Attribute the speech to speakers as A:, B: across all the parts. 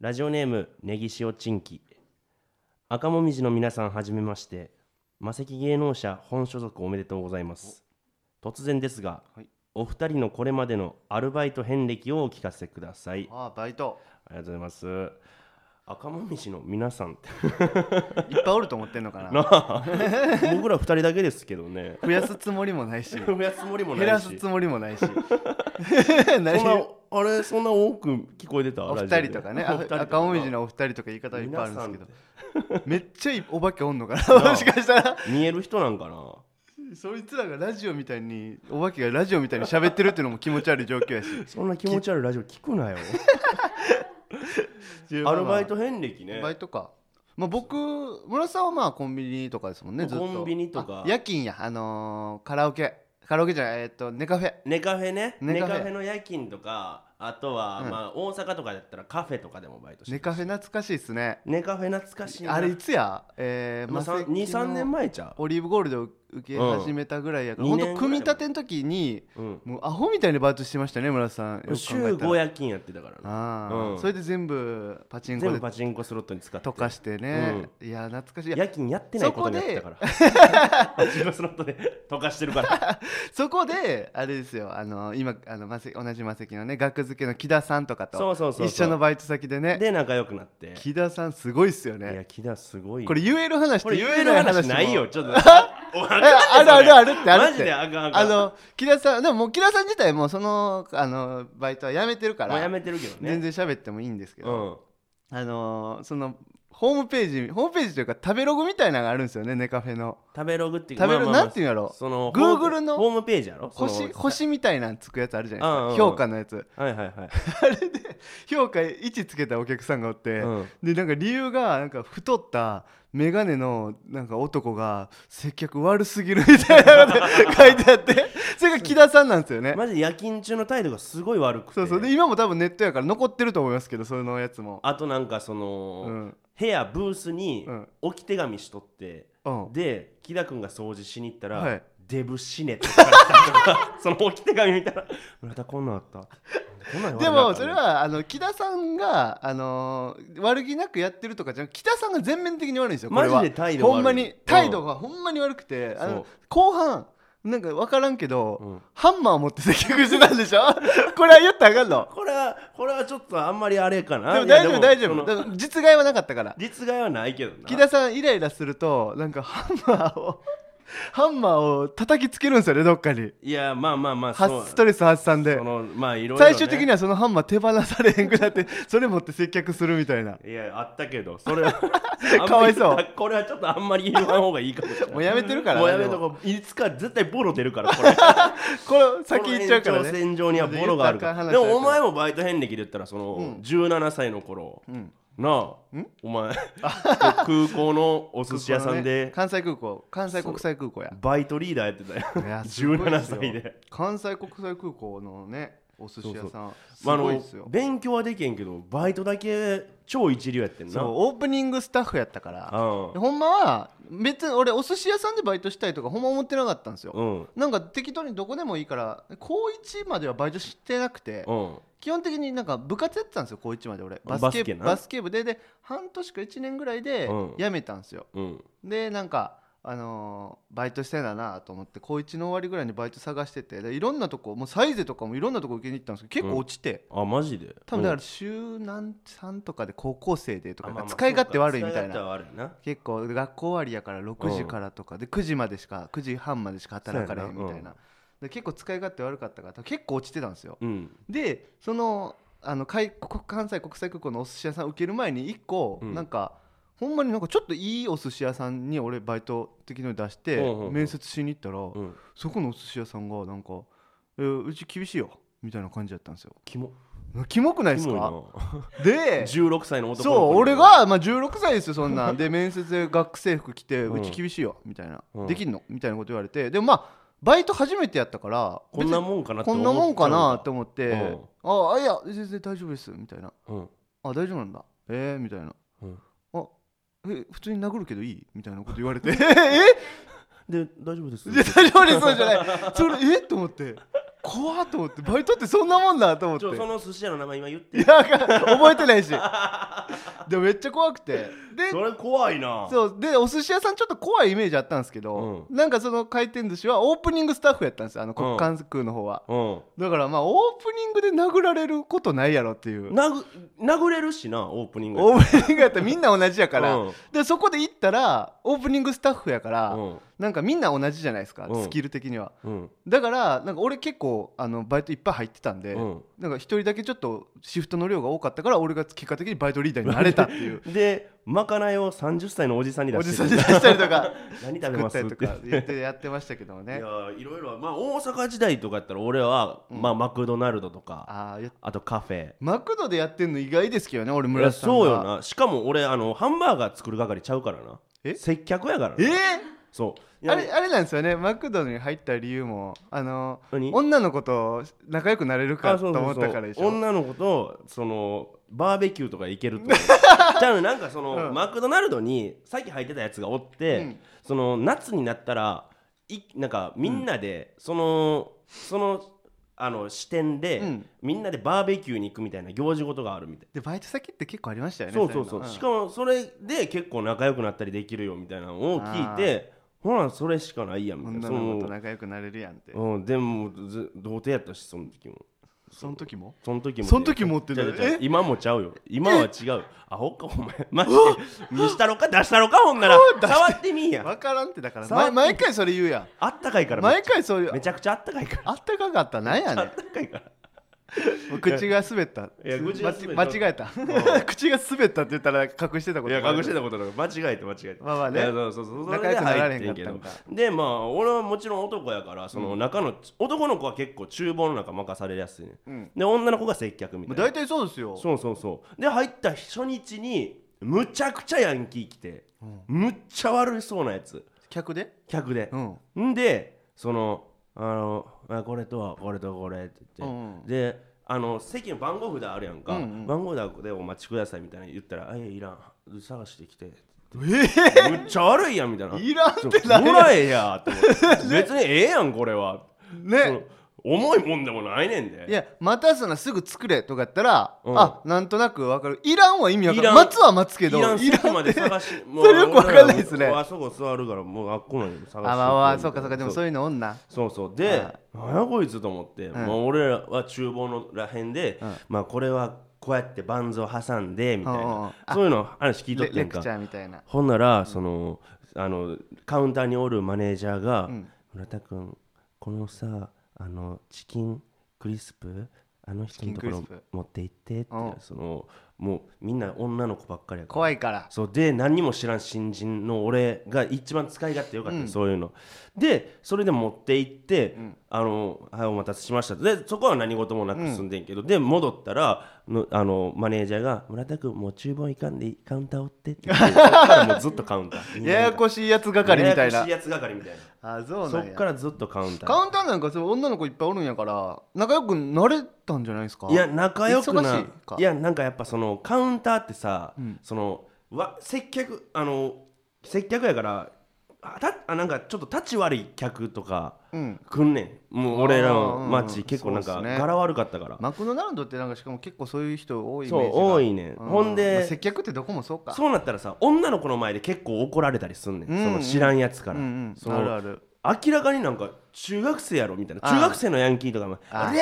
A: ラジオネームネギ塩チンキ赤もみじの皆さんはじめまして魔石芸能者本所属おめでとうございます突然ですが、
B: はい
A: お二人のこれまでのアルバイト遍歴をお聞かせくださいあ
B: ああバイト
A: りがとうございます赤もみじの皆さんって
B: いっぱいおると思ってんのかな
A: な あ僕ら二人だけですけどね
B: 増やすつもりも ないし
A: 増やすつもりも
B: 減
A: ない
B: ら
A: し
B: すつもりもな いし何
A: そんなあれそんな多く聞こえてた
B: お
A: ラ
B: 二
A: ジオで
B: 人とかね
A: お
B: あ
A: 二人とか
B: 赤もみじのお二人とか言い方いっぱいあるんですけど
A: 皆
B: めっちゃいお化けおんのか
A: な
B: な
A: あ
B: もしかしたら
A: さん見える人なんかな
B: そいつらがラジオみたいにお化けがラジオみたいに喋ってるっていうのも気持ち悪い状況や し
A: そんな気持ち悪いラジオ聞くなよア
B: まあまあ
A: ルバイト遍歴ね
B: バイトかまあ僕村さんはまあコンビニとかですもんねずっと
A: コンビニとか
B: あ夜勤やあのーカラオケカラオケじゃないえーっとネカフェ
A: ネカフェねネ
B: ネ
A: カ
B: カ
A: フ
B: フェ
A: ェの夜勤とかあとは、
B: うん
A: まあ、大阪とかだったらカフェとかでもバイトして
B: ネカフェ懐かしいっすね
A: ネカフェ懐かしいな
B: あれいつやえー
A: まあ、
B: マセキの
A: 23年前ちゃ
B: オリーブゴールドを受け始めたぐらいやか
A: う
B: ら、
A: ん
B: ほんと組み立ての時に
A: う、うん、
B: もうアホみたいにバイトしてましたね村田さんよく考えたら
A: 週5夜勤やってたからな
B: ああ、
A: うん
B: それで全部パチンコ
A: 全部
B: で
A: パチンコスロットに使って
B: 溶かしてね、いや懐かしいいや
A: 夜勤やってないことになってたから パチンコスロットで 溶かしてる から
B: そこであれですよあの今あのマセ同じマセキのね学付けの木田さんとかと
A: そうそうそうそう
B: 一緒のバイト先でね
A: で仲良くなって
B: 木田さんすごいっすよ
A: い
B: ね
A: や木田すごいよ
B: これ言える話
A: ことれ
B: 言
A: 言
B: え
A: え
B: な
A: る
B: い
A: 話
B: 話も
A: ないよちょっと
B: え あるあるあるってあるっ
A: マ
B: て
A: ジであかんあかん
B: あの木田さんでももう木田さん自体もうそのあのバイトはやめてるから
A: もうやめてるけどね
B: 全然喋ってもいいんですけ
A: う
B: ど、
A: ん
B: あのーそのホームページホームページというか食べログみたいなのがあるんですよねネカフェの
A: 食べログっていう
B: 食べログ、
A: まあまあまあ
B: なんていうんやろ
A: その
B: Google の
A: ホームホームページやろその
B: 星星みたいなのつくやつあるじゃないですか、
A: うんうんうん
B: 評価のやつ
A: はいはいはい
B: あれで評価1つけたお客さんがおって、
A: うん
B: でなんか理由がなんか太った眼鏡のなんか男が接客悪すぎるみたいなこと書いてあってそれが木田さんなんですよね、
A: マジで夜勤中の態度がすごい悪くて
B: そうそうで今も多分ネットやから残ってると思いますけどそのやつも
A: あとなんかそうの
B: ん
A: 部屋ブースに
B: うん
A: 置き手紙しとって
B: うん
A: で木田君が掃除しに行ったら、
B: はい
A: デブ死ねって書かれてたりと かその置き手紙見たら村田こんなんあったなんでこんなん
B: で
A: 言わ
B: も
A: なかったの
B: それはあの木田さんが、あのー悪気なくやってるとかじゃなく木田さんが全面的に悪いんですよこれは
A: マジで態度悪い
B: ほんまに態度がほんまに悪くて、あ
A: そう
B: の後半なんか分からんけど、
A: うん
B: ハンマーを持って接客してたんでしょ これは言ったらあかんの
A: これはこれはちょっとあんまりあれかな
B: でも大丈
A: いや
B: 夫大丈
A: そ
B: 夫
A: の
B: だから実害はなかったから
A: 実害はないけどな
B: 木田さんイライラするとなんかハンマーをハンマーを叩きつけるんですよねどっかに
A: いやまあまあまあ
B: は
A: そう
B: ストレス発散で
A: そのまあいろいろね、
B: 最終的にはそのハンマー手放されへんくなって それ持って接客するみたいない
A: やあったけどそれは
B: かわいそう
A: あんまりこれはちょっとあんまり言わん方がいいかもしれない
B: もうやめてるからね
A: もうやめとこういつか絶対ボロ出るからこれこ
B: これ
A: の
B: 先行っちゃうから
A: 延長
B: ね
A: 線上にはボロがある からでもお前もバイト遍歴で言ったらその、
B: うん
A: 17歳の頃
B: うん
A: なあ
B: ん
A: お前空港のお寿司屋さんで
B: 関西空港関西国際空港や
A: バイトリーダーやってたよ
B: いやすごいっすよ
A: 17歳で
B: 関西国際空港のねお寿司屋さんす
A: まああ
B: ごいっ
A: の
B: すよ、
A: 勉強はできへんけどバイトだけ超一流やってんな
B: そうオープニングスタッフやったから
A: う
B: ほんまは別に俺お寿司屋さんでバイトしたいとかほんま思ってなかったんですよ
A: んうん
B: なんか適当にどこでもいいから高1まではバイトしてなくて
A: うん
B: 基本的になんか部活やってたんですよ高1まで俺バスケ
A: バスケな
B: バスケ部でで半年か1年ぐらいで
A: うん
B: 辞めたんですよ、
A: うん
B: でなんかあのーバイトしてんだなと思って高1の終わりぐらいにバイト探しててでいろんなとこもうサイゼとかもいろんなとこ受けに行ったんですけど結構落ちて、
A: あマジで
B: 多分だ
A: う
B: から
A: ん
B: 週何さんとかで高校生でと
A: あ
B: か
A: まあまあ
B: 使い勝手悪いみた
A: 使
B: い
A: 勝手
B: な
A: は悪いな
B: 結構学校終わりやから6時からとかで9時までしか9時半までしか働かれへんみ
A: そう
B: た
A: や
B: い
A: なう
B: なで結構使い勝手悪かったから多分結構落ちてたんですよ
A: うん
B: でそのあのかいここ関西国際空港のお寿司屋さん受ける前に1個、
A: うん
B: なんかほんまになんかちょっといいお寿司屋さんに俺バイト的のに出して、
A: うんうんうん
B: 面接しに行ったら、
A: うん
B: そこのお寿司屋さんがなんか、えーうち厳しいよ」みたいな感じだったんですよ。
A: キモ
B: キモくないで
A: キ
B: す
A: モい
B: か
A: な
B: で
A: 16歳の男の子
B: そう
A: に
B: 俺が、まあ、16歳ですよそんなん で面接で学生服着て「
A: うん
B: うち厳しいよ」みたいな、
A: うん
B: できんの?」みたいなこと言われてでもまあバイト初めてやったから
A: こんなもんかなって
B: こ
A: 思
B: ん
A: っ
B: なもんかな
A: ち
B: と思って「ああいや全然大丈夫です」みたいな
A: ゃうんだ
B: 「あ大丈夫なんだえー」みたいな
A: うんうん
B: 「あえ普通に殴るけどいい?」みたいなこと言われて「 ええ
A: で大丈夫です
B: いや大丈夫です」じゃないそれえっと思って怖っと思ってバイトってそんなもんだと思っ
A: ち
B: て
A: ょその寿司屋の名前今言って
B: いやわかん覚えてないしでもめっちゃ怖くてで
A: それ怖いな
B: そうでお寿司屋さんちょっと怖いイメージあったんですけど、なんかその回転寿司はオープニングスタッフやったんですよあの国館区の方は、
A: う
B: だからまあオープニングで殴られることないやろっていうん
A: 殴殴れるしなオープニング
B: オープニングやったらみんな同じやから、
A: うん
B: でそこで行ったらオープニングスタッフやから、
A: うん
B: なんかみんな同じじゃないですか、
A: うん
B: スキル的には
A: うん
B: だからなんか俺結構あのバイトいっぱい入ってたんで、
A: うん
B: なんか一人だけちょっとシフトの量が多かったから俺が結果的にバイトリーダーになれたって いう
A: でまかないを30歳のおじさんに出
B: お
A: して
B: じ
A: る
B: さんに出したりと か
A: 何食べ
B: 作
A: ま
B: った
A: す
B: り
A: って
B: とか言ってやってましたけども
A: いや
B: ね
A: ーいろいろまあ大阪時代とかやったら俺は、まあマクドナルドとか
B: あーや
A: あとカフェ
B: マクドでやってんの意外ですけどね俺村瀬さんが
A: そうよなしかも俺あのハンバーガー作る係ちゃうからな
B: え
A: 接客やからな
B: え
A: そう
B: ー、あれあれなんですよねマクドに入った理由もあの
A: 何
B: 女の子と仲良くなれるか
A: あ
B: と
A: そうそう
B: 思っ
A: そう
B: たからでしょ
A: 女の子とそのバーベキューとか行けると じゃあなんかその、
B: うん
A: マクドナルドにさっき入ってたやつがおって、
B: うん
A: その夏になったらいなんかみんなで、そのそのあの支店で、
B: うん
A: みんなでバーベキューに行くみたいな行事事があるみたい
B: でバイト先って結構ありましたよ
A: な
B: ね
A: そうそうそう、しか
B: も
A: もそれで結構仲良くなったりできるよみたいなのを聞いてほらそれしかないやみたいな
B: 女
A: そ
B: の子と
A: の、
B: 仲良くなれるやんって
A: うん、でもず童貞やったしその時も。
B: その時も
A: その時もね
B: その時もって
A: ちゃうちゃう
B: え
A: 今もちゃうよ今は違うアホかお前マジで見したろか出したろかほんなら触ってみんや
B: 分からんってだから
A: 触っ
B: ま
A: て
B: 毎回それ言うやん
A: あったかいからめっ
B: 毎
A: ちゃ
B: 回そういう
A: めちゃくちゃあったかいから
B: あったかかったなんやね
A: あったかいから
B: んもう口が滑った
A: いや口が滑った
B: ま間違えた 口が滑ったって言ったら隠してたこと
A: いや隠して
B: た
A: たことだから間違えて間違えて
B: まあまあね
A: いやそうそうそうそれ
B: 仲
A: で
B: 良くなられ
A: 入
B: へ
A: っ
B: ん
A: て
B: かっ
A: ん
B: た
A: けど
B: んか
A: でまあ俺はもちろん男やからその中の男の子は結構厨房の中任されやすいね
B: うん
A: で女の子が接客み
B: も
A: た
B: う
A: い
B: 大
A: な
B: 体そうですよ
A: そうそうそうで入った初日にむちゃくちゃヤンキー来てむっちゃ悪そうなやつ
B: 客で
A: 客で
B: うん
A: んでそのあのあこれとこれとこれって言って、
B: うんうん
A: であの席の番号札あるやんか、
B: うんうん
A: 番号札でお待ちくださいみたいな言ったら「あいやいらん探してきて」
B: え
A: むっちゃ悪いやん」みたいな「
B: えいらんっ
A: ちょ
B: てな
A: もらえや」って思って 別にええやんこれは、その
B: ね
A: 重いもんでもないねんで
B: いや待たすなすぐ作れとかやったら
A: うん
B: あなんとなく分かるいらんは意味分か
A: いらん
B: る待つは待つけど
A: いらん
B: いらん
A: 席まで探しも
B: それよくわかんないっす
A: 俺
B: ね
A: らはあそこ座るからもうあっこまで探して
B: あまあまあそうかそうかでもそういうの女
A: そうそうで
B: は、
A: なんやこいつと思って、まあ、俺らは厨房のらへんで、
B: うん
A: まあこれはこうやってバンズを挟んでみたい
B: うんうんうん
A: な、
B: あ
A: そういうの話聞いとっ
B: レ
A: て
B: レ
A: ん
B: クチ
A: か
B: ャーみたいな
A: ほんならそのあのカウンターにおるマネージャーが「
B: ん
A: 村田君このさあのチキンクリスプあの人のとこ
B: チキ
A: ろ
B: ンクリス
A: 持って行って」って
B: うん
A: そのもうみんな女の子ばっかりやから
B: 怖いから
A: そうで何にも知らん新人の俺が一番使い勝手よかった、
B: うん
A: そういうのでそれで持って行って、
B: ん
A: あのはいお待たせしましたでそこは何事もなく済んでんけど、で戻ったらのあのマネージャーが「村田君もう厨房行かんでいいカウンター追って」って 言ってそっからもうずっとカウンター
B: ややこしいやつ係みたい
A: やや
B: な
A: こしいやつ係みたいな
B: あそう
A: そ
B: なん
A: っ
B: や
A: からずっとカウンター
B: カウンターなんかそう女の子いっぱいおるんやから仲良くなれたんじゃないですか
A: いや仲良くな
B: 忙し
A: い
B: いか
A: やなんかやっぱそのカウンターってさ、
B: うん
A: そのわ接客あの接客やからあたあなんかちょっと立ち悪い客とか
B: うん
A: 来んねんもう俺ら
B: あーうん
A: の
B: うん
A: 街結構なん
B: そ
A: か
B: うっすね
A: 柄悪かったから、
B: マクドナルドってなんかしかも結構そういう人多いイ
A: そ
B: メー
A: う
B: ジが
A: 多いねん
B: う
A: ほんで
B: まあ接客ってどこもそうか
A: そうなったらさ女の子の前で結構怒られたりすんねん、
B: うんうん
A: その知らんやつから、
B: うんうん
A: その
B: あるある
A: 明らかになんか中学生やろみたいな
B: あー
A: 中学生のヤンキーとかも「
B: あー
A: あれ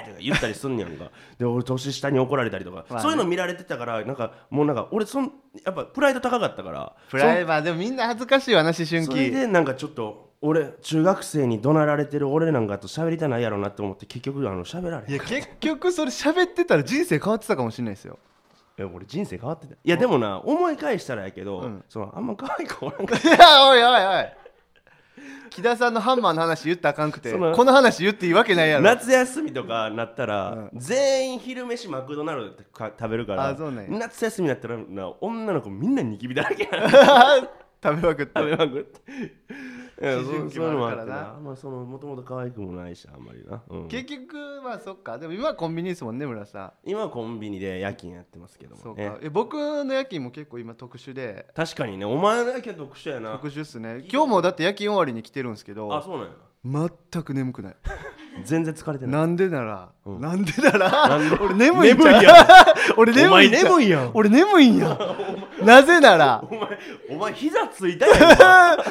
A: ー!」とか言ったりすんねやんかで俺年下に怒られたりとか、
B: まあね
A: そういうの見られてたからなんかもうなんか俺そんやっぱプライド高かったから
B: プライバーでもみんな恥ずかしいわな思春
A: そそれ
B: 期
A: でなんかちょっと俺中学生に怒鳴られてる俺なんかと喋りたないやろなって思って結局あの喋られへ
B: い
A: ん
B: や結局それ喋ってたら人生変わってたかもしれないですよ
A: いや俺人生変わってたいやでもな思い返したらやけど、
B: うん
A: そのあんま可愛い子おらんかった
B: いやおいおいおい木田さんのハンマーの話言ったらあかんくて
A: その
B: この話言っていいわけないやろ
A: 夏休みとかなったら、全員昼飯マクドナルドでか食べるから
B: あそうなんや
A: 夏休みになったらな女の子みんなニキビだらけやな
B: 食べまくって
A: 食べまくって。 いや
B: 思
A: そ
B: 春
A: う
B: 期
A: そういうの
B: も
A: も
B: あ
A: あ
B: る
A: っ
B: からな
A: てな。まあそのもともと可愛くもないしあんまりな。うん
B: 結局まあそっかでも今はコンビニですもんね村さん
A: 今はコンビニで夜勤やってますけど
B: そ
A: も
B: う
A: ね
B: か。え僕の夜勤も結構今特殊で
A: 確かにねお前だけ特殊やな
B: 特。殊っすね今日もだって夜勤終わりに来てるんですけ
A: あ
B: ど
A: そうなんや。
B: 全く眠くない
A: 全然疲れてない
B: なんでなら、
A: うん
B: なんでなら
A: なんで
B: 俺眠いんちゃう
A: 眠いや
B: 俺
A: お
B: 眠い
A: 前
B: んちゃう
A: 眠いやん
B: 俺眠いん やなぜなら
A: お前お前膝ついたやん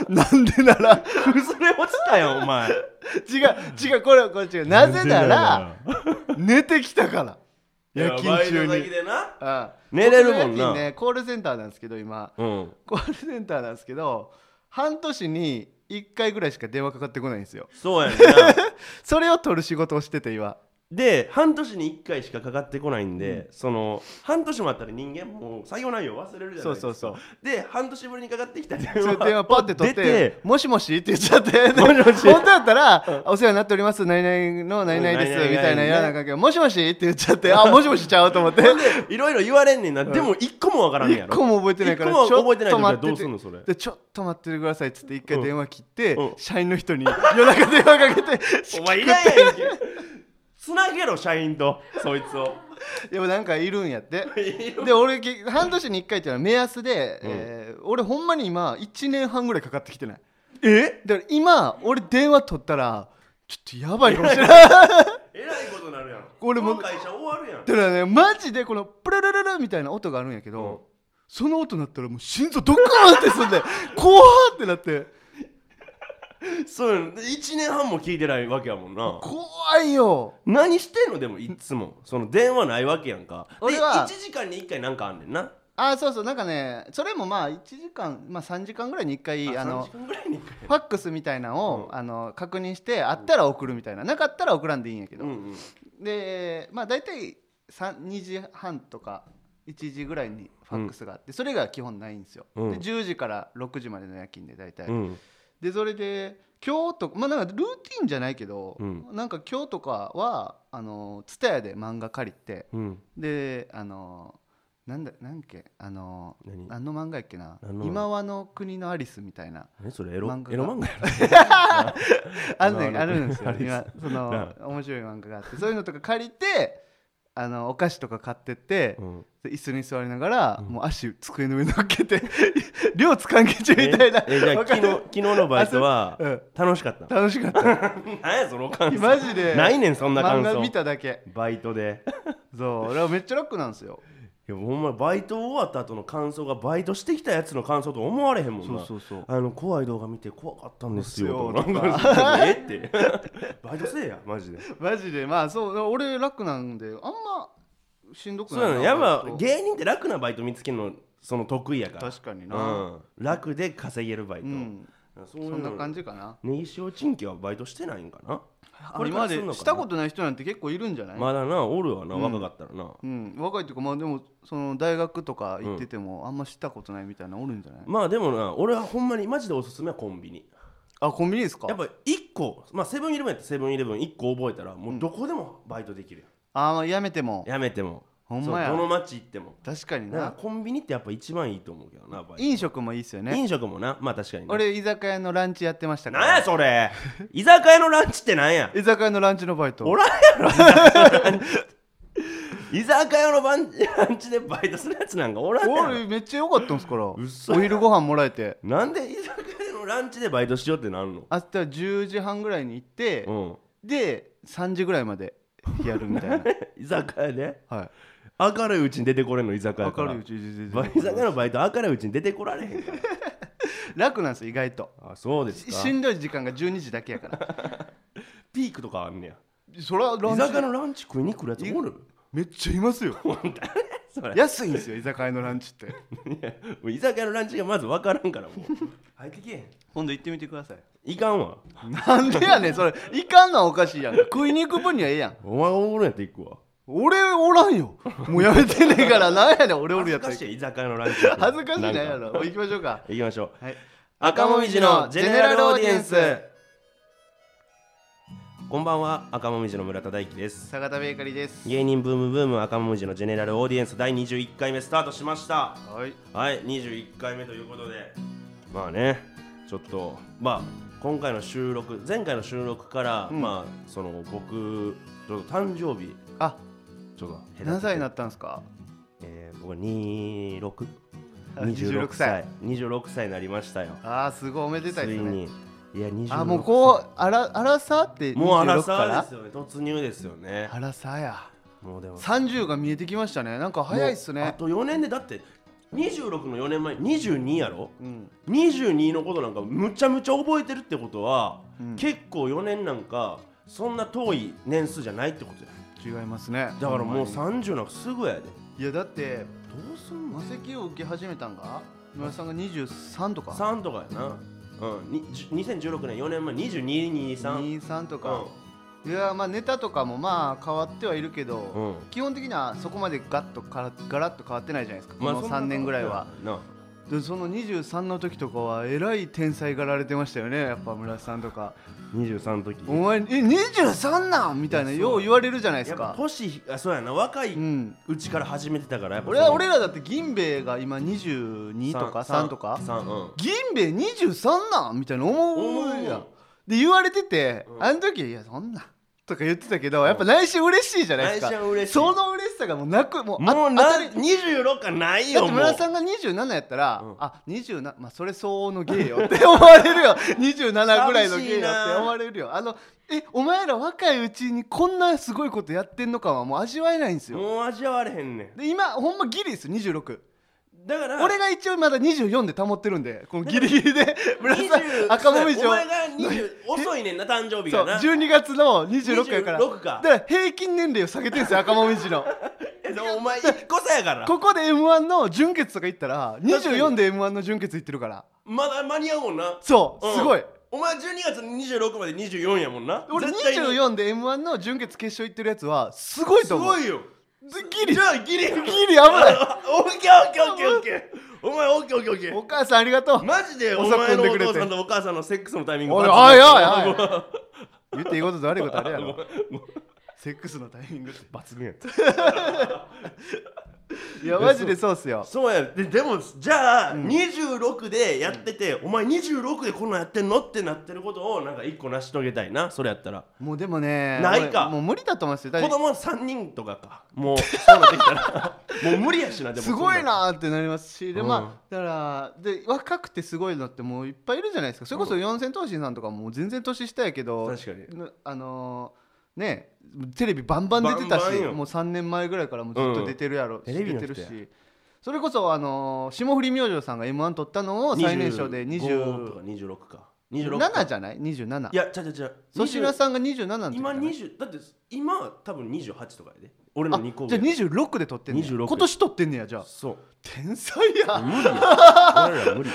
A: 今
B: なんでなら
A: 崩れ落ちたやんお前
B: 違う違うこれこれ違うなぜなら寝てきたから
A: いや
B: 夜勤中
A: バイト先
B: に
A: でな
B: ああ
A: 寝れるもんな
B: 僕の夜勤ねコールセンターなんですけど今
A: うん
B: コールセンターなんですけど半年に1回ぐらいしか電話かかってこないんですよ
A: そうやねんな
B: それを取る仕事をしてて今
A: で半年に1回しかかかってこないんで、その半年もあったら人間もう作業内容忘れるじゃないですか
B: そうそうそう
A: で半年ぶりにかかってきた電
B: そ
A: 話
B: れ電話パッて取って
A: 出
B: 「もしもし?」って言っちゃってで
A: もしもし
B: 本当だったら「お世話になっております何々の何々です」
A: うん
B: みたいな
A: 何々
B: やらなきゃいけど「もしもし?」って言っちゃって「あもしもしちゃう」と思って
A: いろいろ言われんねんな、でも一個もわからんねや
B: 一
A: ろ
B: 個も覚えてないから
A: 一個も
B: ちょ
A: 覚え
B: って
A: ない
B: と
A: 時は
B: 待
A: ど
B: って
A: うす
B: て
A: んのそれ
B: でちょっと待っててくださいっつって一
A: う
B: 回
A: ん
B: 電話切って、
A: うん
B: 社員の人に夜中電話かけて
A: お前いらんやんけつなげろ社員とそいつを
B: いやなんかいるんやって
A: いる
B: で俺け半年に1回っていうのは目安で、
A: うん
B: えー俺ほんまに今1年半ぐらいかかってきてない
A: え
B: だから今俺電話取ったらちょっとやばいかもしれない
A: えらいことになるやん
B: これも
A: この会社終わるやん
B: だか らねマジでこのプルルルルみたいな音があるんやけど、
A: うん
B: その音鳴ったらもう心臓ドクーンってすんで 怖ーってなって
A: そうやんで1年半も聞いてないわけやもんな
B: 怖いよ
A: 何してんのでもいっつもその電話ないわけやんかで
B: 俺
A: 1
B: は
A: 時間に1回なんかあんねんな
B: あーそうそうなんかねそれもまあ1時間まあ3時間ぐらいに1回あ
A: 3
B: の
A: 時間ぐらいに一回
B: ファックスみたいなのを、
A: うん
B: あの確認してあったら送るみたいな、なかったら送らんでいいんやけど、
A: うんうん
B: でまあ大体3 2時半とか1時ぐらいにファックスがあって、それが基本ないんですよ、
A: うん
B: で10時から6時までの夜勤で大体、
A: うん
B: でそれで今日とまあなんかルーティンじゃないけど、
A: うん
B: なんか今日とかはあのツタヤで漫画借りて
A: うん
B: であのなんだなんだっけあの
A: 何
B: 何の漫画やっけな
A: 何の漫画
B: 今はの国のアリスみたいな
A: 何それエロ
B: 漫画が
A: エロ漫画や
B: ある,、ね、
A: 今
B: あ
A: はの国の
B: るんですよ
A: アリス
B: 今その
A: な
B: 面白い漫画があってそういうのとか借りてあのお菓子とか買ってって
A: ろ、うん
B: で椅子に座りながら、
A: うん
B: もう足机の上に乗っけて 量つかんけちみたいな
A: ええじゃあ昨
B: わか
A: 日
B: る
A: 昨日のバイトは
B: うん、
A: 楽しか った
B: 楽しかった
A: 何やその 感想
B: マジで
A: ないねんそんな感
B: 漫画見
A: 想
B: ただけ
A: バイトで
B: そう俺はめっちゃロックなんで すよ
A: いやほんまバイト終わった後の感想がバイトしてきたやつの感想と思われへんもんな
B: うそう
A: あの怖い動画見て怖かったんですよ
B: ですよ
A: とか
B: と
A: えって バイトせえやマジで
B: マジでまあそう俺楽なんであんましんどく
A: そう
B: ない
A: なのやっぱ
B: 割と
A: 芸人って楽なバイト見つけるのその得意やから
B: 確かにな
A: うん、楽で稼げるバイ
B: う
A: ト、
B: ん
A: そうい
B: そ
A: うん
B: な感
A: じ
B: じかな
A: ネギ塩チンキはバイトしてないんかなこれか
B: 今ま
A: らす
B: で
A: んのかな
B: したことない人なんて結構いるんじゃない、
A: まだなおるわな、
B: うん
A: 若かったらな
B: うん、若いっていうかまあでもその大学とか行っててもあんましたことないみたいなのおるんじゃない、
A: まあでもな俺はほんまにマジでおすすめはコンビニ
B: あコンビニですか
A: やっぱ1個まあセブンイレブンやったらセブンイレブン1個覚えたらもうどこでもバイトできるやん、
B: あーやめても
A: やめても
B: ほんまや
A: そうどの町行っても
B: 確かに
A: な
B: な
A: コンビニってやっぱ一番いいと思うけどなバイト
B: 飲食もいいっすよね
A: 飲食もなまあ確かにな
B: 俺居酒屋のランチやってましたから
A: なんやそれ居酒屋のランチってなんや
B: 居酒屋のランチのバイト
A: おらんやろ居酒屋のランチ居酒屋のランチでバイトするやつなんかおらんやろ
B: 俺めっちゃ良かったんですからお
A: 嘘
B: 昼ご飯もらえて
A: なんで居酒屋のランチでバイトしようってなんの
B: 明日10時半ぐらいに行って、
A: う
B: で3時ぐらいまでや るみたいな
A: ん居酒屋で
B: はい
A: 明るいうちに出てこれんの居酒屋か
B: 明
A: ら
B: るいうちに全
A: バイ
B: 然
A: 居酒屋のバイト明るいうちに出てこられへんから
B: 楽なんですよ意外と
A: あそうですか
B: しんどい時間が12時だけやから
A: ピークとかあんねや
B: そらラ
A: 居
B: ン
A: 酒屋
B: チ
A: のランチ食いに来るやつおる
B: めっちゃいますよ
A: それ
B: 安いんですよ居酒屋のランチって
A: いやもう居酒屋のランチがまず分からんからもう入ってけえ
B: 今度行ってみてください
A: いかんわ
B: なんでやねんそれいかんのはおかしいやん食いに行く分にはええやん
A: お前がおるんやって行くわ
B: 俺おらんよもうやめてねえからなんやねん俺おる
A: 恥
B: や
A: ず
B: つら
A: かしい居酒屋のランチ
B: 恥ずかしいなんや
A: んか
B: ろもう行きましょうか
A: 行きましょう
B: はい
A: 赤もみじのジェネラルオーディエンスこんばんは赤もみじの村田大樹です
B: 坂田ベーカリーです
A: 芸人ブームブーム赤もみじのジェネラルオーディエンス第21回目スタートしました
B: はい
A: はい21回目ということでまあねちょっとまあ今回の収録前回の収録から、
B: うん
A: まあその僕ちょっと誕生日
B: あ
A: ちょっと隔てて
B: 何歳になったんですか
A: えー、僕二六
B: あ26歳
A: 二十六歳になりましたよ
B: ああすごいおめでたい
A: つ
B: で
A: い
B: すね
A: にいや26
B: あもうこうあらあらさって
A: もうアラ
B: 26
A: サ
B: か
A: ー
B: ら
A: ですよね突入ですよね
B: あらさや
A: もうでも
B: 30が見えてきましたねなんか早いっす
A: もうあ
B: ね
A: と4年でだって26の4年前22やろ
B: うん
A: 22のことなんかむちゃむちゃ覚えてるってことは、
B: うん
A: 結構4年なんかそんな遠い年数じゃないってことや
B: 違いますね
A: だからもう
B: ほんま
A: 30なんかすぐやでど
B: にいやだって
A: うすん
B: 魔
A: の
B: 石を受け始めたんが村井さんが23とか
A: 3とかやなうん、にじゅ2016年4年前2223
B: 23とか、いやまあネタとかもまあ変わってはいるけど、
A: うん、うん
B: 基本的にはそこまでガッとからガラッと変わってないじゃないですか、この
A: そんな
B: 3年ぐらいは
A: な
B: でその23の時とかはえらい天才がられてましたよねやっぱ村井さんとか
A: 23の時
B: 「お前え23なん!」みたいない
A: やそう
B: よう言われるじゃないで
A: や
B: す
A: っぱ
B: か
A: 年あそうやな若い
B: うん
A: うちから始めてたからやっぱ
B: 俺は俺らだって銀兵衛が今22とか3とか
A: 3うん
B: 銀兵衛23なんみたいな思うやんで言われてて、
A: うん
B: あの時「いやそんなん」とか言ってたけどやっぱ内心嬉しいじゃないです
A: 内
B: か、
A: 心嬉しい
B: その嬉しさがもうなくもうあ
A: もうな
B: 当たり
A: 26かない
B: だっ
A: よ
B: て
A: も
B: 村
A: う
B: 田さんが27やったら、
A: うん
B: あ27まあそれ相応の芸よって 思われるよ27ぐらいの芸よって思われるよあのえお前ら若いうちにこんなすごいことやってんのかはもう味わえないんですよ
A: もう味わわれへんね
B: で今ほんまギリですよ26
A: んだから
B: 俺が一応まだ24で保ってるんでこのギリギリで村田さ
A: 20
B: ん赤もみじ
A: お
B: を
A: 前が20遅いねんな誕生日
B: そ
A: が
B: う
A: な
B: 12月の26やから
A: 26か
B: だから平均年齢を下げてるんですよ赤もみ じの
A: えでもお前1個差やから
B: ここで m 1の準決とか行ったら
A: 確かに
B: 24で m 1の準決行ってるから
A: まだ間に合うもんな
B: そう
A: うん
B: すごい、
A: お前12月26まで24やもんな
B: 俺
A: 絶対に
B: 24で m 1の準決決勝行ってるやつはすごい
A: す
B: と思う
A: ごいよ
B: ギリ
A: じゃあギリギリ
B: ギリ 危ない
A: オッケーオッケーオッケーオッケーお前オッケーオッケーオッケー
B: お母さんありがとう
A: マジでお
B: お酒
A: 前
B: 飲ん
A: の
B: で
A: お
B: くれて
A: 父さんとお母さんのセックスのタイミング
B: おい
A: バツにな
B: おいおいおい
A: った
B: 言っていいことと悪いことあるや ろ
A: ごめんごめん
B: セックスのタイミン グって
A: 抜群やった
B: いやマジでそうっすよ
A: そうやででもじゃあ、26でやってて、お前26でこんなんやってんのってなってることをなんか一個成し遂げたいなそれやったら
B: もうでもね
A: ないか
B: 俺もう無理だと思いますよだ
A: 子
B: って
A: 供3人とかかもうそうなってきたらもう無理やしなでも
B: すごいなーってなりますしで
A: うん
B: まあだからで若くてすごいのってもういっぱいいるじゃないですかそれこそ四千頭身さんとかもう全然年下やけど
A: 確かに
B: なあのーねテレビバンバン出てたし
A: バンバンよ
B: もう3年前ぐらいからもうずっと出てるやろ、
A: テレビの
B: 出て
A: 人
B: る
A: や
B: しそれこそ、あのー霜降り明星さんが m 1取ったのを
A: 25
B: 最年少で
A: とか
B: 27
A: 26か26か
B: じゃない ?27
A: いや違う違う違う
B: 粗品さんが27なん
A: 20今
B: じ
A: 20だって今多分28とかやで俺
B: ゃあ
A: の2個
B: じ
A: 上
B: ゃあ26で取ってんねや
A: 26
B: 今年取ってんねやじゃあ
A: そう
B: 天才や
A: 無理や俺ら無理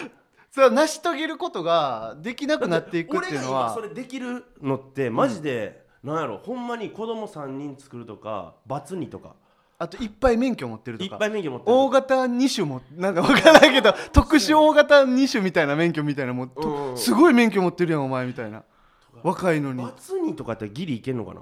B: それは成し遂げることができなくなっていくっていうの
A: 俺が今そ
B: は
A: れできるのってマジで、なんやろほんまに子供3人作るとかバツ2とか
B: あといっぱい免許持ってると
A: いっ
B: か
A: ぱい免許持ってる
B: 大型二種もなんか分からないけど特殊大型二種みたいな免許みたいなもうと
A: うんうん
B: すごい免許持ってるやんお前みたいな若いのに
A: バツ2とかやったらギリいけんのかな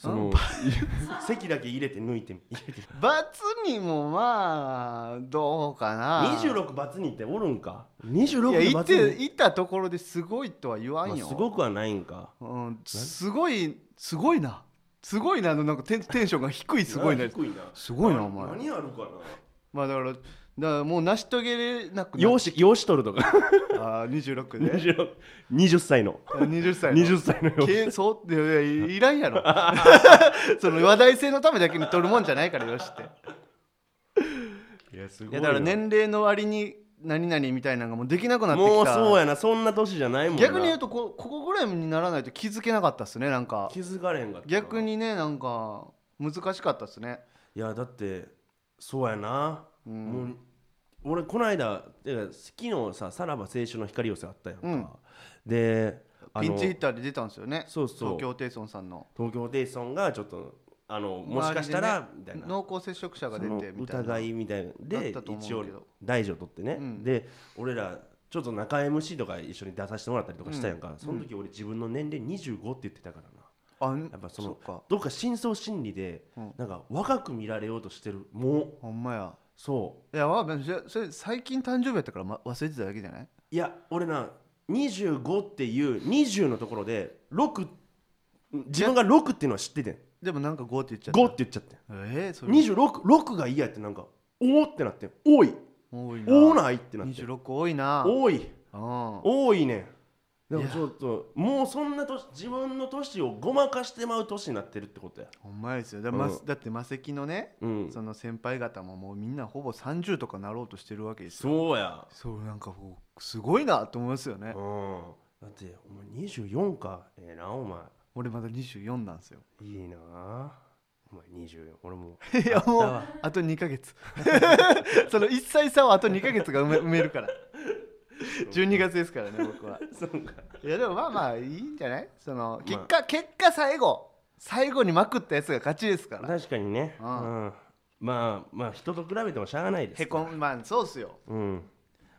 A: その 席だけ入れて抜いて入れて
B: 罰にもまあどうかな
A: 26バツ2っておるんか
B: いや
A: 26で
B: 行
A: バ
B: っ
A: ツ2
B: て行ったところですごいとは言わん
A: まあ
B: よ、
A: すごくはないんか
B: うん、すごいすごいなすごいなあのなんかテンテンションが低いすごいな
A: 低いな
B: すごいなお前
A: 何あるかな
B: まあだからだからもう成し遂げれなくな
A: 養子養子取るとか
B: あー26で
A: 26 20歳の
B: 20歳の
A: 20歳の養子
B: けそういやいやいらん やろその話題性のためだけに取るもんじゃないからよしって
A: いやす
B: いやだから年齢の割に何々みたいなのがもうできなくなってきた
A: もうそうやなそんな年じゃないもんな
B: 逆に言うとこここぐらいにならないと気づけなかったっすねなんか
A: 気づかれへんかったな
B: 逆にねなんか難しかったっすね
A: いやだってそうやな、
B: うん
A: もう俺この間てか昨日ささらば青春の光寄せあったやんか、
B: うん
A: であの
B: ピンチヒッターで出たんですよね
A: そうそう
B: 東京テイソンさんの
A: 東京ホテイソンがちょっとあのもしかしたら、
B: 周り
A: みた
B: で
A: い
B: ね
A: な
B: 濃厚接触者が
A: そ
B: 出
A: の
B: てみたいな
A: 疑いみたいな
B: だっ
A: で
B: たと思うけ
A: 一
B: ど
A: 応大事を取ってね、
B: うん
A: で俺らちょっと中 MC とか一緒に出させてもらったりとかしたやんか、その時俺自分の年齢25って言ってたからな
B: あ
A: やっぱそ
B: そ
A: の
B: っか
A: どっか深層心理で、
B: うん
A: なんか若く見られようとしてるもう
B: ほんまや
A: そう
B: いやわじゃそれ最近誕生日やったから、ま、忘れてただけじゃない
A: いや俺な25っていう20のところで6自分が6っていうのは知っててん
B: でもなんか5って言っちゃった
A: 5って言っちゃってん
B: えー、それ
A: 266が嫌やってなんかおおってなってん多い
B: 多いな
A: 多ないってなってん
B: 26多いな
A: 多い
B: うん
A: 多いねでも
B: いや
A: ちょっともうそんな年自分の年をごまかしてまう年になってるってことや
B: ほんまですよだ,、ま
A: うん
B: だって魔石のね、
A: うん
B: その先輩方ももうみんなほぼ30とかなろうとしてるわけですよ
A: そうや
B: そうなんかこうすごいなと思いますよね、
A: うんだってお前24かええなお前
B: 俺まだ24なんですよ
A: いいなお前24俺も
B: いやも
A: あった
B: う
A: わ
B: あと2ヶ月 その1歳差はあと2ヶ月が埋め埋めるから12月ですからね僕は
A: そうか
B: いやでもまあまあいいんじゃないその結果、結果最後最後にまくったやつが勝ちですから
A: 確かにねう
B: うん
A: んまあまあ人と比べてもしゃあないです
B: へこんまあそうっすよ
A: うん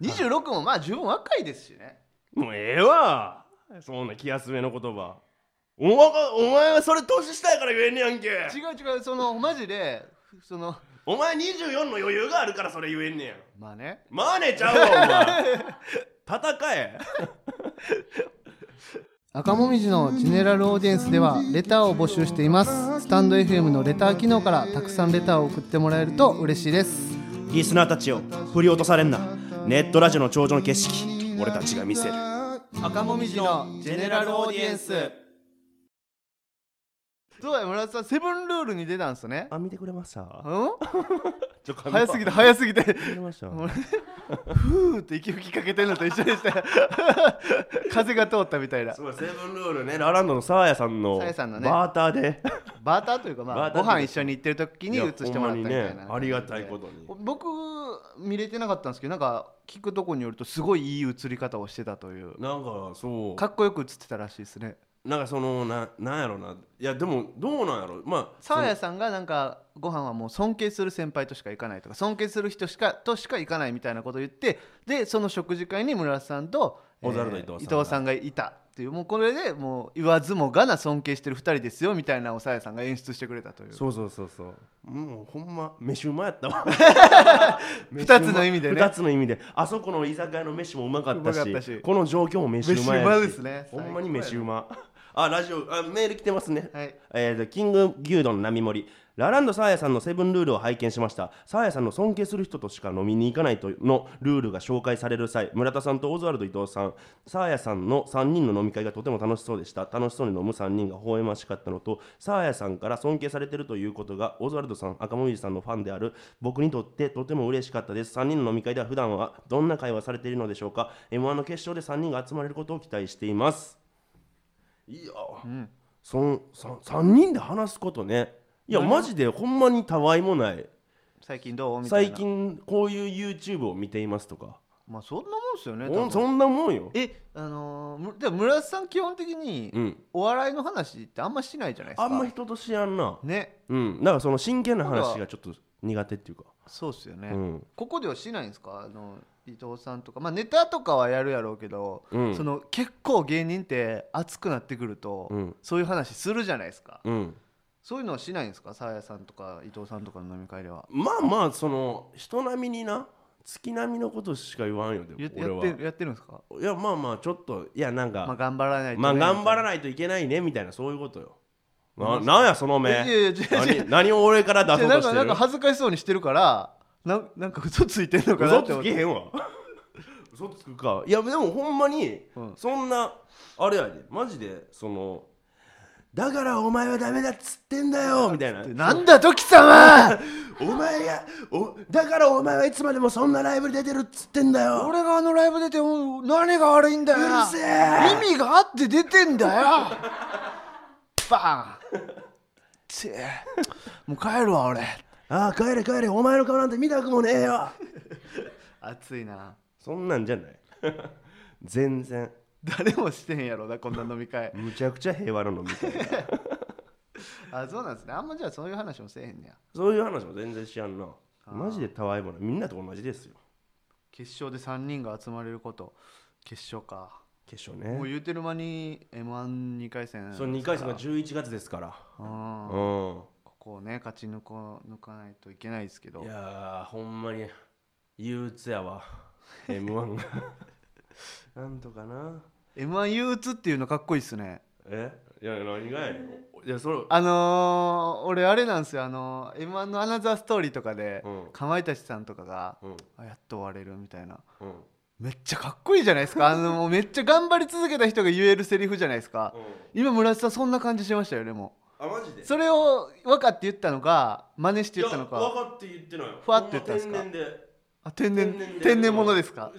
B: 26もまあ十分若いですしね
A: もうええわそんな気休めの言葉お前がお前はそれ年下やから言えんねやんけ
B: 違う違うそ のマジでその
A: お前24の余裕があるからそれ言えんねやん
B: まあね
A: マネちゃうわお前戦え
B: 赤もみじのジェネラルオーディエンスではレターを募集していますスタンド FM のレター機能からたくさんレターを送ってもらえると嬉しいです
A: リスナーたちを振り落とされんなネットラジオの頂上の景色俺たちが見せる
B: 赤もみじのジェネラルオーディエンスそうだよ村田さんセブンルールに出たんすね
A: あ見てくれました
B: うん
A: ちょ
B: 早すぎ
A: た
B: て早すぎて
A: 見てました
B: もうねふーって息吹きかけてるのと一緒でしたよ 風が通ったみたいな
A: すごいセブンルールねラランドのサーヤさんの
B: サーヤさんのね
A: バーターで
B: バーターというかまあ
A: バーター
B: ご
A: というか
B: 飯一緒に行ってる時に映してもらったみたい
A: いやほんま
B: な
A: にねありがたいことに
B: 僕見れてなかったんですけどなんか聞くとこによるとすごいいい映り方をしてたという
A: なんかそう
B: かっこよく映ってたらしいですね
A: なんかそのななんやろないやでもどうなんやろまあ
B: サーヤさんがなんかご飯はもう尊敬する先輩としか行かないとか尊敬する人しかとしか行かないみたいなことを言ってでその食事会に村田さんと
A: オズワルド
B: えー
A: 伊藤さんが
B: 伊藤さんがいたっていうもうこれでもう言わずもがな尊敬してる2人ですよみたいなのをサーヤさんが演出してくれたという
A: そうそうそうそうもうほんま飯うまやった わ
B: 二つの意味でね
A: 2つの意味であそこの居酒屋の飯もうまかったし
B: うまかったし
A: この状況も飯うまやし
B: 飯うまですね
A: ほんまに飯うまあラジオあメール来てますね、
B: はい
A: えーとキング牛丼並盛りラランドサーヤさんのセブンルールを拝見しましたサーヤさんの尊敬する人としか飲みに行かないとのルールが紹介される際村田さんとオズワルド伊藤さんサーヤさんの3人の飲み会がとても楽しそうでした楽しそうに飲む3人が微笑ましかったのとサーヤさんから尊敬されてるということがオズワルドさん赤もみじさんのファンである僕にとってとても嬉しかったです3人の飲み会では普段はどんな会話されているのでしょうか m 1の決勝で3人が集まれることを期待していますいや、そんさ3人で話すことねいやマジでほんまにたわいもない
B: 最近どうみたいな
A: 最近こういう YouTube を見ていますとか
B: まあそんなもんですよね多
A: ほん
B: 分
A: そんなもんよ
B: えあのーむでも村田さん基本的に
A: うん
B: お笑いの話ってあんましないじゃないですか
A: あんま人と知らんな
B: ね
A: うんだからその真剣な話がちょっと苦手っていうか
B: そうっすよね、
A: うん
B: ここではしないんですかあの伊藤さんとか、まあ、ネタとかはやるやろうけど、
A: うん
B: その結構芸人って熱くなってくると、
A: うん
B: そういう話するじゃないですか、
A: うん
B: そういうのはしないんですかさあやさんとか伊藤さんとかの飲み会では
A: まあまあその人並みにな月並みのことしか言わんよで
B: や
A: も
B: や
A: 俺
B: っ
A: は
B: てやってるんですか、
A: いやまあまあちょっといやなん
B: まあ、
A: か
B: 頑張らないと
A: まあ頑張ら
B: な
A: な
B: い
A: いといけないねみたいなそういうことよななんやその目
B: いやいや違う違う
A: 何何を俺から出
B: な
A: そうと
B: ん
A: し
B: か
A: て
B: な
A: る
B: んか恥ずかしそうにしてるからななんか嘘ついてんのかな
A: 嘘
B: って思
A: つ
B: っ
A: け
B: て
A: へんわ嘘つくかいやでもほんまに
B: うん
A: そんな、あれやでマジでそのだからお前はダメだっつってんだよみたいな
B: なんだ時様
A: お前がおだからお前はいつまでもそんなライブに出てるっつってんだよ
B: 俺があのライブ出てうん何が悪いんだよ
A: うるせえ
B: 意味があって出てんだよバーンちぇもう帰るわ俺
A: ああ帰れ帰れお前の顔なんて見たくもねえよ
B: 熱いな
A: そんなんじゃない 全然
B: 誰もしてへんやろなこんな飲み会
A: むちゃくちゃ平和なのみたいな
B: あそうなんですねあんまじゃあそういう話もせえへんねや
A: そういう話も全然知らんなマジでたわいもないみんなと同じですよ
B: 決勝で3人が集まれること決勝か
A: 決
B: も
A: 勝
B: う
A: ね
B: 言うてる間に m 1 2回戦
A: その2回戦が11月ですから
B: うん
A: うん
B: ここをね勝ち抜こ抜かないといけないですけど
A: いやーほんまに憂鬱や わ M1 がなんとかな
B: m 1憂鬱っていうのかっこいいっすね
A: えいや何がやねんいやそれ
B: あのー、俺あれなんですよあのー、m 1の「アナザーストーリー」とかで、
A: うん
B: かまいたちさんとかが
A: うん
B: あやっと終われるみたいな
A: うん
B: めっちゃかっこいいじゃないですかあのもうめっちゃ頑張り続けた人が言えるセリフじゃないですか今村瀬さんそんな感じしましたよねも
A: あマジで
B: うそれを分かって言ったのか真似して言ったの
A: いや分
B: か
A: かって言ってない
B: ふわっと言ったんですか
A: 天然で
B: あ天然天然ものですか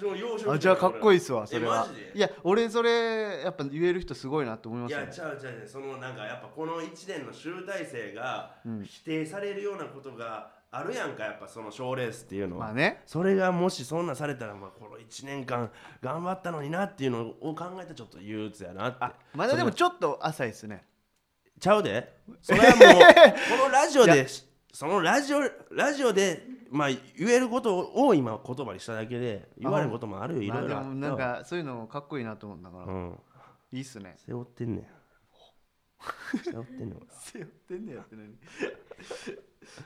B: あじゃあかっこいいっすわそれは
A: えマジで
B: いや俺それやっぱ言える人すごいなと思いま
A: い
B: す
A: や
B: ね
A: ちゃうちゃうねそのなんかやっぱこの一年の集大成が
B: うん
A: 否定されるようなことがあるやんかやっぱその賞レースっていうのは、
B: まあね
A: それがもしそんなされたら、まあ、この1年間頑張ったのになっていうのを考えたらちょっと憂鬱やなって
B: まだでもちょっと浅いですね
A: ちゃう でそれはもうこのラジオ
B: い
A: でそのラジオラジオでまあ言えることを今言葉にしただけで言われることもあるよい
B: まあ
A: ろい
B: で
A: ろあ
B: もなんかそういうのかっこいいなと思うんだから、
A: うん
B: いいっすね
A: 背負ってん ねん背負ってんねん俺
B: 背負ってんねやって何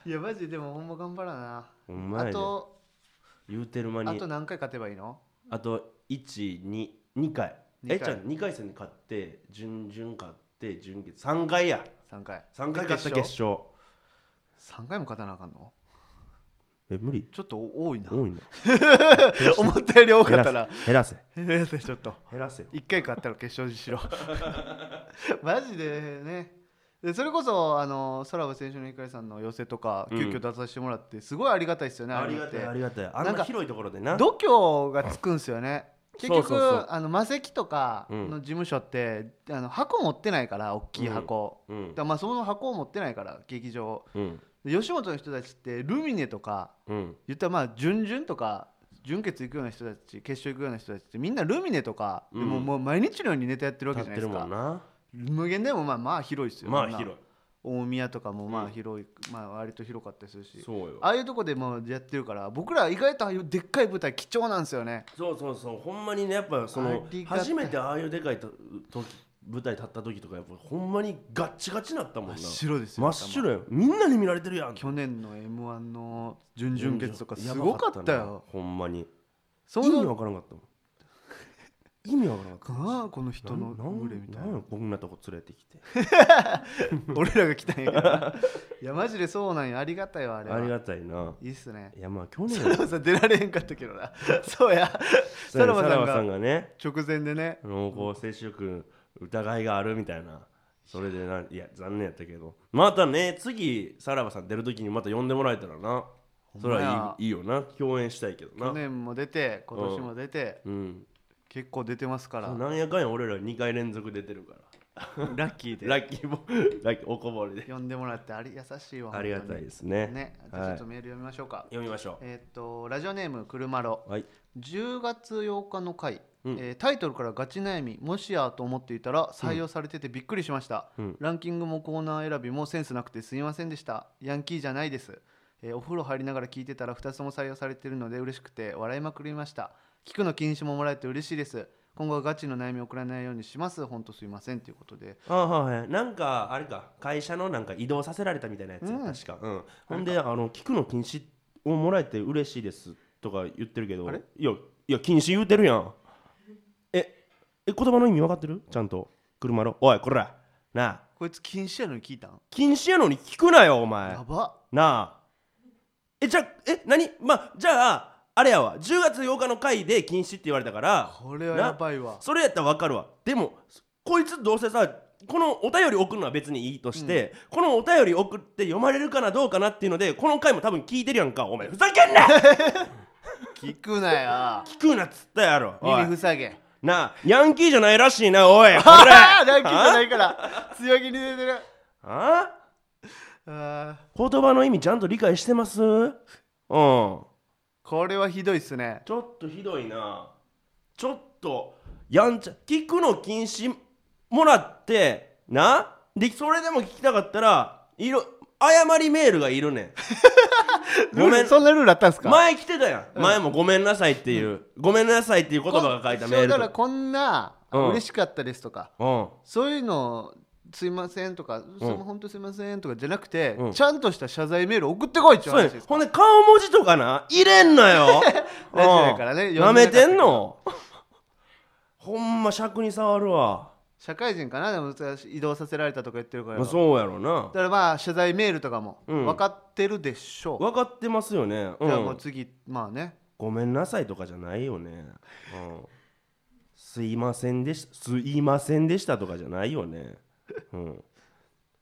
B: いやマジでもほんま頑張らな
A: ほんまやで
B: あと
A: 言うてる間に
B: あと何回勝てばいいの
A: あと122回
B: 二回
A: えちゃん2回戦で勝って準々勝って準決3回や
B: 3回
A: 3回勝った決勝
B: 3回も勝たなあかんの
A: え無理
B: ちょっと多い な
A: 多いな
B: 思ったより多か
A: 減
B: った
A: ら
B: ら
A: せ減らせ
B: ちょっと
A: 減らせよ
B: 1回勝ったら決勝にしろ マジでねでそれこそあの空部選手の光さんの寄せとか
A: うん
B: 急遽出させてもらってすごいありがたいですよね、
A: あ
B: あれ
A: り
B: っ
A: がたい
B: て
A: ありがたいあん
B: なん
A: な
B: か
A: 広いところでな
B: 度胸がつくんすよね結局
A: そうそうそう
B: あの魔石とか
A: うん
B: の事務所って、あの箱持ってないから大きい箱、
A: うん
B: だからまあその箱を持ってないから劇場
A: うん
B: で吉本の人たちってルミネとか
A: うん
B: 言ったらまあ準々とか準決行くような人たち決勝行くような人たちってみんなルミネとか、
A: うん
B: でももう毎日のようにネタやってるわけ
A: 立
B: じ
A: っ
B: ゃな
A: て
B: い
A: るも
B: ですか
A: んな
B: 無限でもまあまあ広いですよ
A: まあ
B: みんな
A: 広い
B: 大宮とかもまあ広い、まあ割と広かったりするし
A: そうよ
B: ああいうとこでもうやってるから僕ら意外とああいうでっかい舞台貴重なんですよね
A: そうそうそうほんまにねやっぱその
B: ありがたい
A: 初めてああいうでかいと時舞台立った時とかやっぱほんまにガッチガチになったもん
B: 真
A: な
B: っ白ですよ
A: 真っ白よみんなに見られてるやん
B: 去年の m 1の準々決とかすごかった
A: やばな
B: よ
A: ほんまに
B: そ
A: 意味
B: の
A: わからんかったも ん意味わからんかっ
B: なあこの
A: た
B: 人の
A: なん
B: 群れみたい
A: ん
B: な
A: やこんなとこ連れてきて
B: 俺らが来たんやけどな いやマジでそうなんやありがたいわあれは
A: ありがたいない
B: いっすね
A: いやまあ去年
B: サラバさん出られへんかったけどな そうやサラバさん
A: さらば
B: が
A: がね
B: 直前でね
A: 濃厚接触疑いがあるみたいなそれでないや残念やったけどまたね次さらばさん出る時にまた呼んでもらえたらなそれ
B: ほんまや
A: はいいいいよな共演したいけど
B: 去
A: な
B: 年も出て今年も出て、
A: うん
B: 結構出てますから
A: なんやかんや俺ら2回連続出てるから
B: ラッキーで
A: ラッキーボーラッキーおこ ぼれで
B: 呼んでもらってあり優しいわ
A: ありがたいですすね
B: ねじゃあちょ
A: は
B: っ
A: い
B: とメール読みましょうか、
A: 読みましょ
B: えーっとラジオネームくるまろ
A: うはい
B: 10月8日の回、
A: うん
B: えータイトルからガチ悩みもしやと思っていたら採用されててびっくりしました、
A: うん
B: ランキングもコーナー選びもセンスなくてすみませんでしたヤンキーじゃないです、えーお風呂入りながら聞いてたら2つとも採用されてるので嬉しくて笑いまくりました聞くの禁止ももらえて嬉しいです今後はガチの悩みを送らないようにします本当すいませんということで
A: あはいはいなんかあれか会社のなんか移動させられたみたいなやつ、
B: うん
A: 確か、うん、ほんであの聞くの禁止をもらえて嬉しいですとか言ってるけど
B: あれ
A: いやいや禁止言うてるやんええ言葉の意味分かってるちゃんと車のおいこらなあ
B: こいつ禁止やのに聞いたん
A: 禁止やのに聞くなよお前
B: やば
A: なあえじゃあえ何まあじゃああれやわ10月8日の回で禁止って言われたから
B: これはやばいわ
A: それやったら分かるわでもこいつどうせさこのお便り送るのは別にいいとして、このお便り送って読まれるかなどうかなっていうのでこの回も多分聞いてるやんかお前ふざけん な
B: 聞くなよ
A: 聞くなっつったやろおい
B: 耳塞げ
A: なあヤンキーじゃないらしいな おいこれ
B: ランキーじゃな
A: あ
B: いから強気に出てる
A: あ
B: あー
A: 言葉の意味ちゃんと理解してますうんちょ
B: これはひどいっ すね
A: っとひどいなちょっとやんちゃ聞くの禁止もらってなでそれでも聞きたかったらいろ謝りメールがいるね んごめん
B: ルールそんなルールあったんすか
A: 前来てたやん、前も「ごめんなさい」っていう、ごめんなさい」っていう言葉が書いたメール
B: だ
A: と
B: からこんな、
A: うん
B: 嬉しかったですとか
A: うん
B: そういうのすいませんとか、す
A: うん
B: 本当すいませんとかじゃなくて、
A: うん
B: ちゃんとした謝罪メール送ってこいっていう
A: そう
B: 話
A: や
B: で
A: ね
B: すか
A: ほんで顔文字とかな入れんなよ
B: ラジオやからね
A: うん
B: 呼んで
A: な
B: なかった
A: めてんのほんま尺に触るわ、
B: 社会人かなでも移動させられたとか言ってるから、
A: まあ、そうやろな
B: だからまあ謝罪メールとかも
A: うん
B: 分かってるでしょう、
A: 分かってますよね、う、
B: じゃあもうん次まあね
A: ごめんなさいとかじゃないよね、うん、すいませんでしたすいませんでしたとかじゃないよね、うん、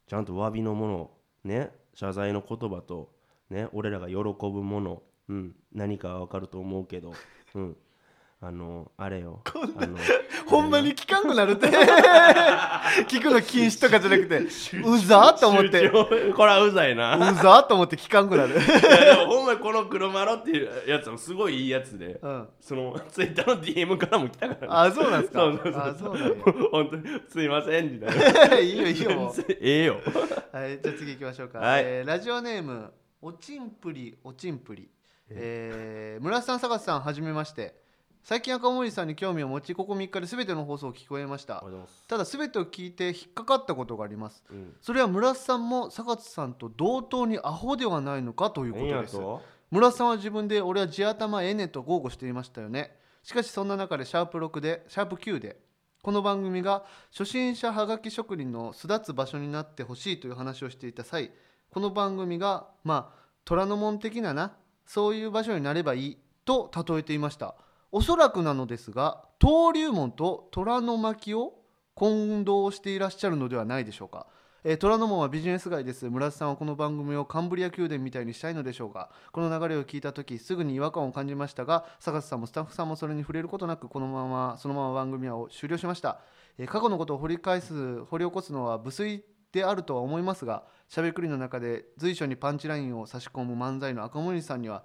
A: ちゃんと詫びのものね謝罪の言葉とね俺らが喜ぶもの、うん、何かは分かると思うけど、うん、あのあれよあの
B: ほんまに聞かんくな るって聞くの禁止とかじゃなくてうざーと思 ってう
A: 集中これはうざいな
B: ざーと思って聞かんく なる
A: いやでもほんまにこの黒マロっていうやつもすごいいいやつで、
B: うん
A: そのツイッターの DM からも来たから、
B: あそうなんですか
A: そうそうそう
B: あそうなんや
A: 本当にすいませんみたいな
B: いいよいいよもう
A: ええよ
B: はい、じゃあ次行きましょうか、
A: はい
B: えーラジオネームおちんぷりおちんぷり、えー、村瀬さん坂瀬さんはじめまして最近赤森さんに興味を持ちここ3日で全ての放送を聞こえましたただ全てを聞いて引っかかったことがあります
A: うん
B: それは村瀬さんも坂瀬さんと同等にアホではないのかというこ
A: 何
B: と
A: や
B: です
A: と
B: 村瀬さんは自分で俺は地頭ええねと豪語していましたよねしかしそんな中でシャープ6でシャープ9でこの番組が初心者はがき職人の巣立つ場所になってほしいという話をしていた際この番組がまあ虎ノ門的ななそういう場所になればいいと例えていましたおそらくなのですが登竜門と虎の巻を混同していらっしゃるのではないでしょうか、えー、虎ノ門はビジネス街です村瀬さんはこの番組をカンブリア宮殿みたいにしたいのでしょうかこの流れを聞いた時すぐに違和感を感じましたが坂瀬さんもスタッフさんもそれに触れることなくこのままそのまま番組は終了しました、えー過去のことを掘り返す掘り起こすのは無粋であるとは思いますがしゃべくりの中で随所にパンチラインを差し込む漫才の赤森さんには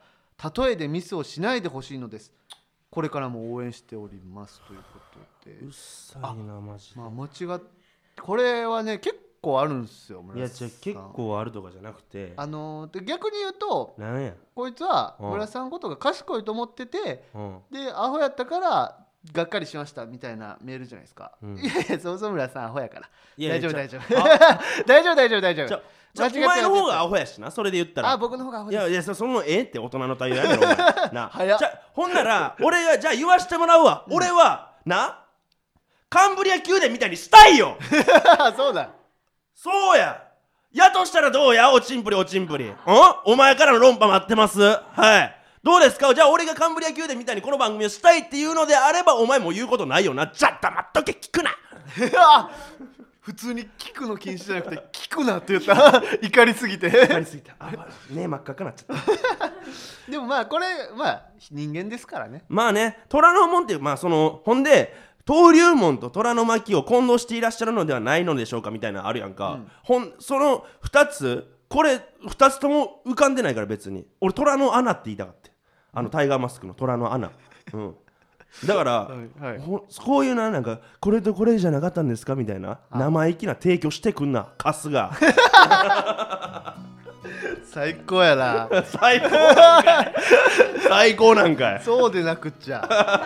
B: 例えでミスをしないでほしいのですこれからも応援しておりますということで
A: うっさいなマジで
B: まあ間違っこれはね結構あるんですよ
A: い
B: 村
A: や
B: 瀬さ
A: じ
B: ん
A: ゃあ結構あるとかじゃなくて
B: あのーで逆に言うと
A: なんや、
B: こいつは
A: うん
B: 村瀬さんのことが賢いと思ってて
A: うん、
B: でアホやったからがっかりしましたみたいなメールじゃないですか、
A: うん
B: いやいやそもそも村瀬さんアホやから
A: いやい
B: 大丈
A: や
B: 夫大
A: ち
B: 丈
A: ゃ
B: 夫 大丈夫大丈夫大丈
A: ち
B: 夫
A: ゃちゃ
B: 間違って
A: お前の方
B: 間違って
A: がアホやしなそれで言ったら
B: あ僕の方がアホ
A: い
B: です
A: やいやそそのええって大人の対応やめろお 前な
B: 早っ
A: じゃほんなら俺がじゃあ言わしてもらうわ、俺はなカンブリア宮殿みたいにしたいよ
B: そうだ
A: そうややとしたらどうやおちんぷりおちんぷりんお前からの論破待ってますはいどうですかじゃあ俺がカンブリア宮殿みたいにこの番組をしたいっていうのであればお前もう言うことないよなじゃあ黙っとけ聞くな
B: あ普通に聞くの禁止じゃなく て聞くなって言った 怒りすぎて
A: りすぎたあね真っ赤くなっちゃった
B: でもまあこれまあ人間ですからね
A: まあね虎の門っていうまあそのほんで登竜門と虎の巻を混同していらっしゃるのではないのでしょうかみたいなのあるやんか、ほんその2つこれ2つとも浮かんでないから別に俺虎の穴って言いたかったあのタイガーマスクの虎の穴うんだから、
B: はいはい
A: ほんこういうななんかこれとこれじゃなかったんですかみたいな生意気な提供してくんなカスが
B: 最高やな
A: 最高なんかい最高なんかい
B: そうでなくっちゃ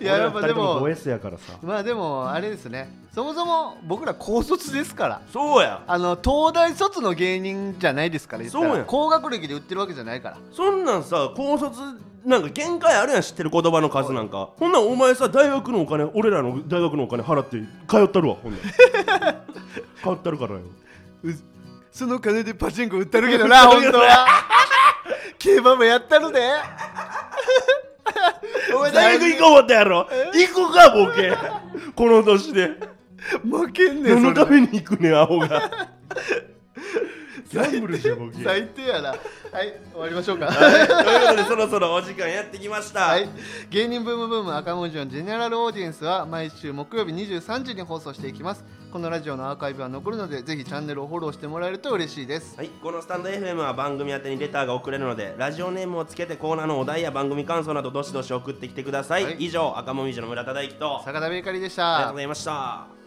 B: いややっぱ
A: 俺
B: で
A: ら二人と
B: も
A: 5S やからさ
B: まあでもあれですねそもそも僕ら高卒ですから
A: そうや
B: あの東大卒の芸人じゃないですから言ったら
A: そうやん
B: 高学歴で売ってるわけじゃないから
A: そんなんさ高卒なんか限界あるやん知ってる言葉の数なんかほんなんお前さ大学のお金俺らの大学のお金払って通ったるわ ほんなん通ったるからよ
B: その金でパチンコ売ってるけどな 本当は競馬もやったので お前
A: 大学行こう思ったやろ行くかボケこの年で
B: 負けんね
A: 何の
B: ん
A: た
B: それ
A: めに行くねんアホがギャンブルじゃんボケ
B: 最低やなはい終わりましょうか
A: はいということでそろそろお時間やってきました、
B: はい、芸人ブームブーム赤文字のジェネラルオーディエンスは毎週木曜日23時に放送していきますこのラジオのアーカイブは残るのでぜひチャンネルをフォローしてもらえると嬉しいです
A: はい、このスタンド FM は番組宛てにレターが送れるのでラジオネームをつけてコーナーのお題や番組感想などどしどし送ってきてください、
B: はい
A: 以上赤もみじの村田大樹とあり
B: 坂田ベーカリーでし
A: がと
B: た
A: うございました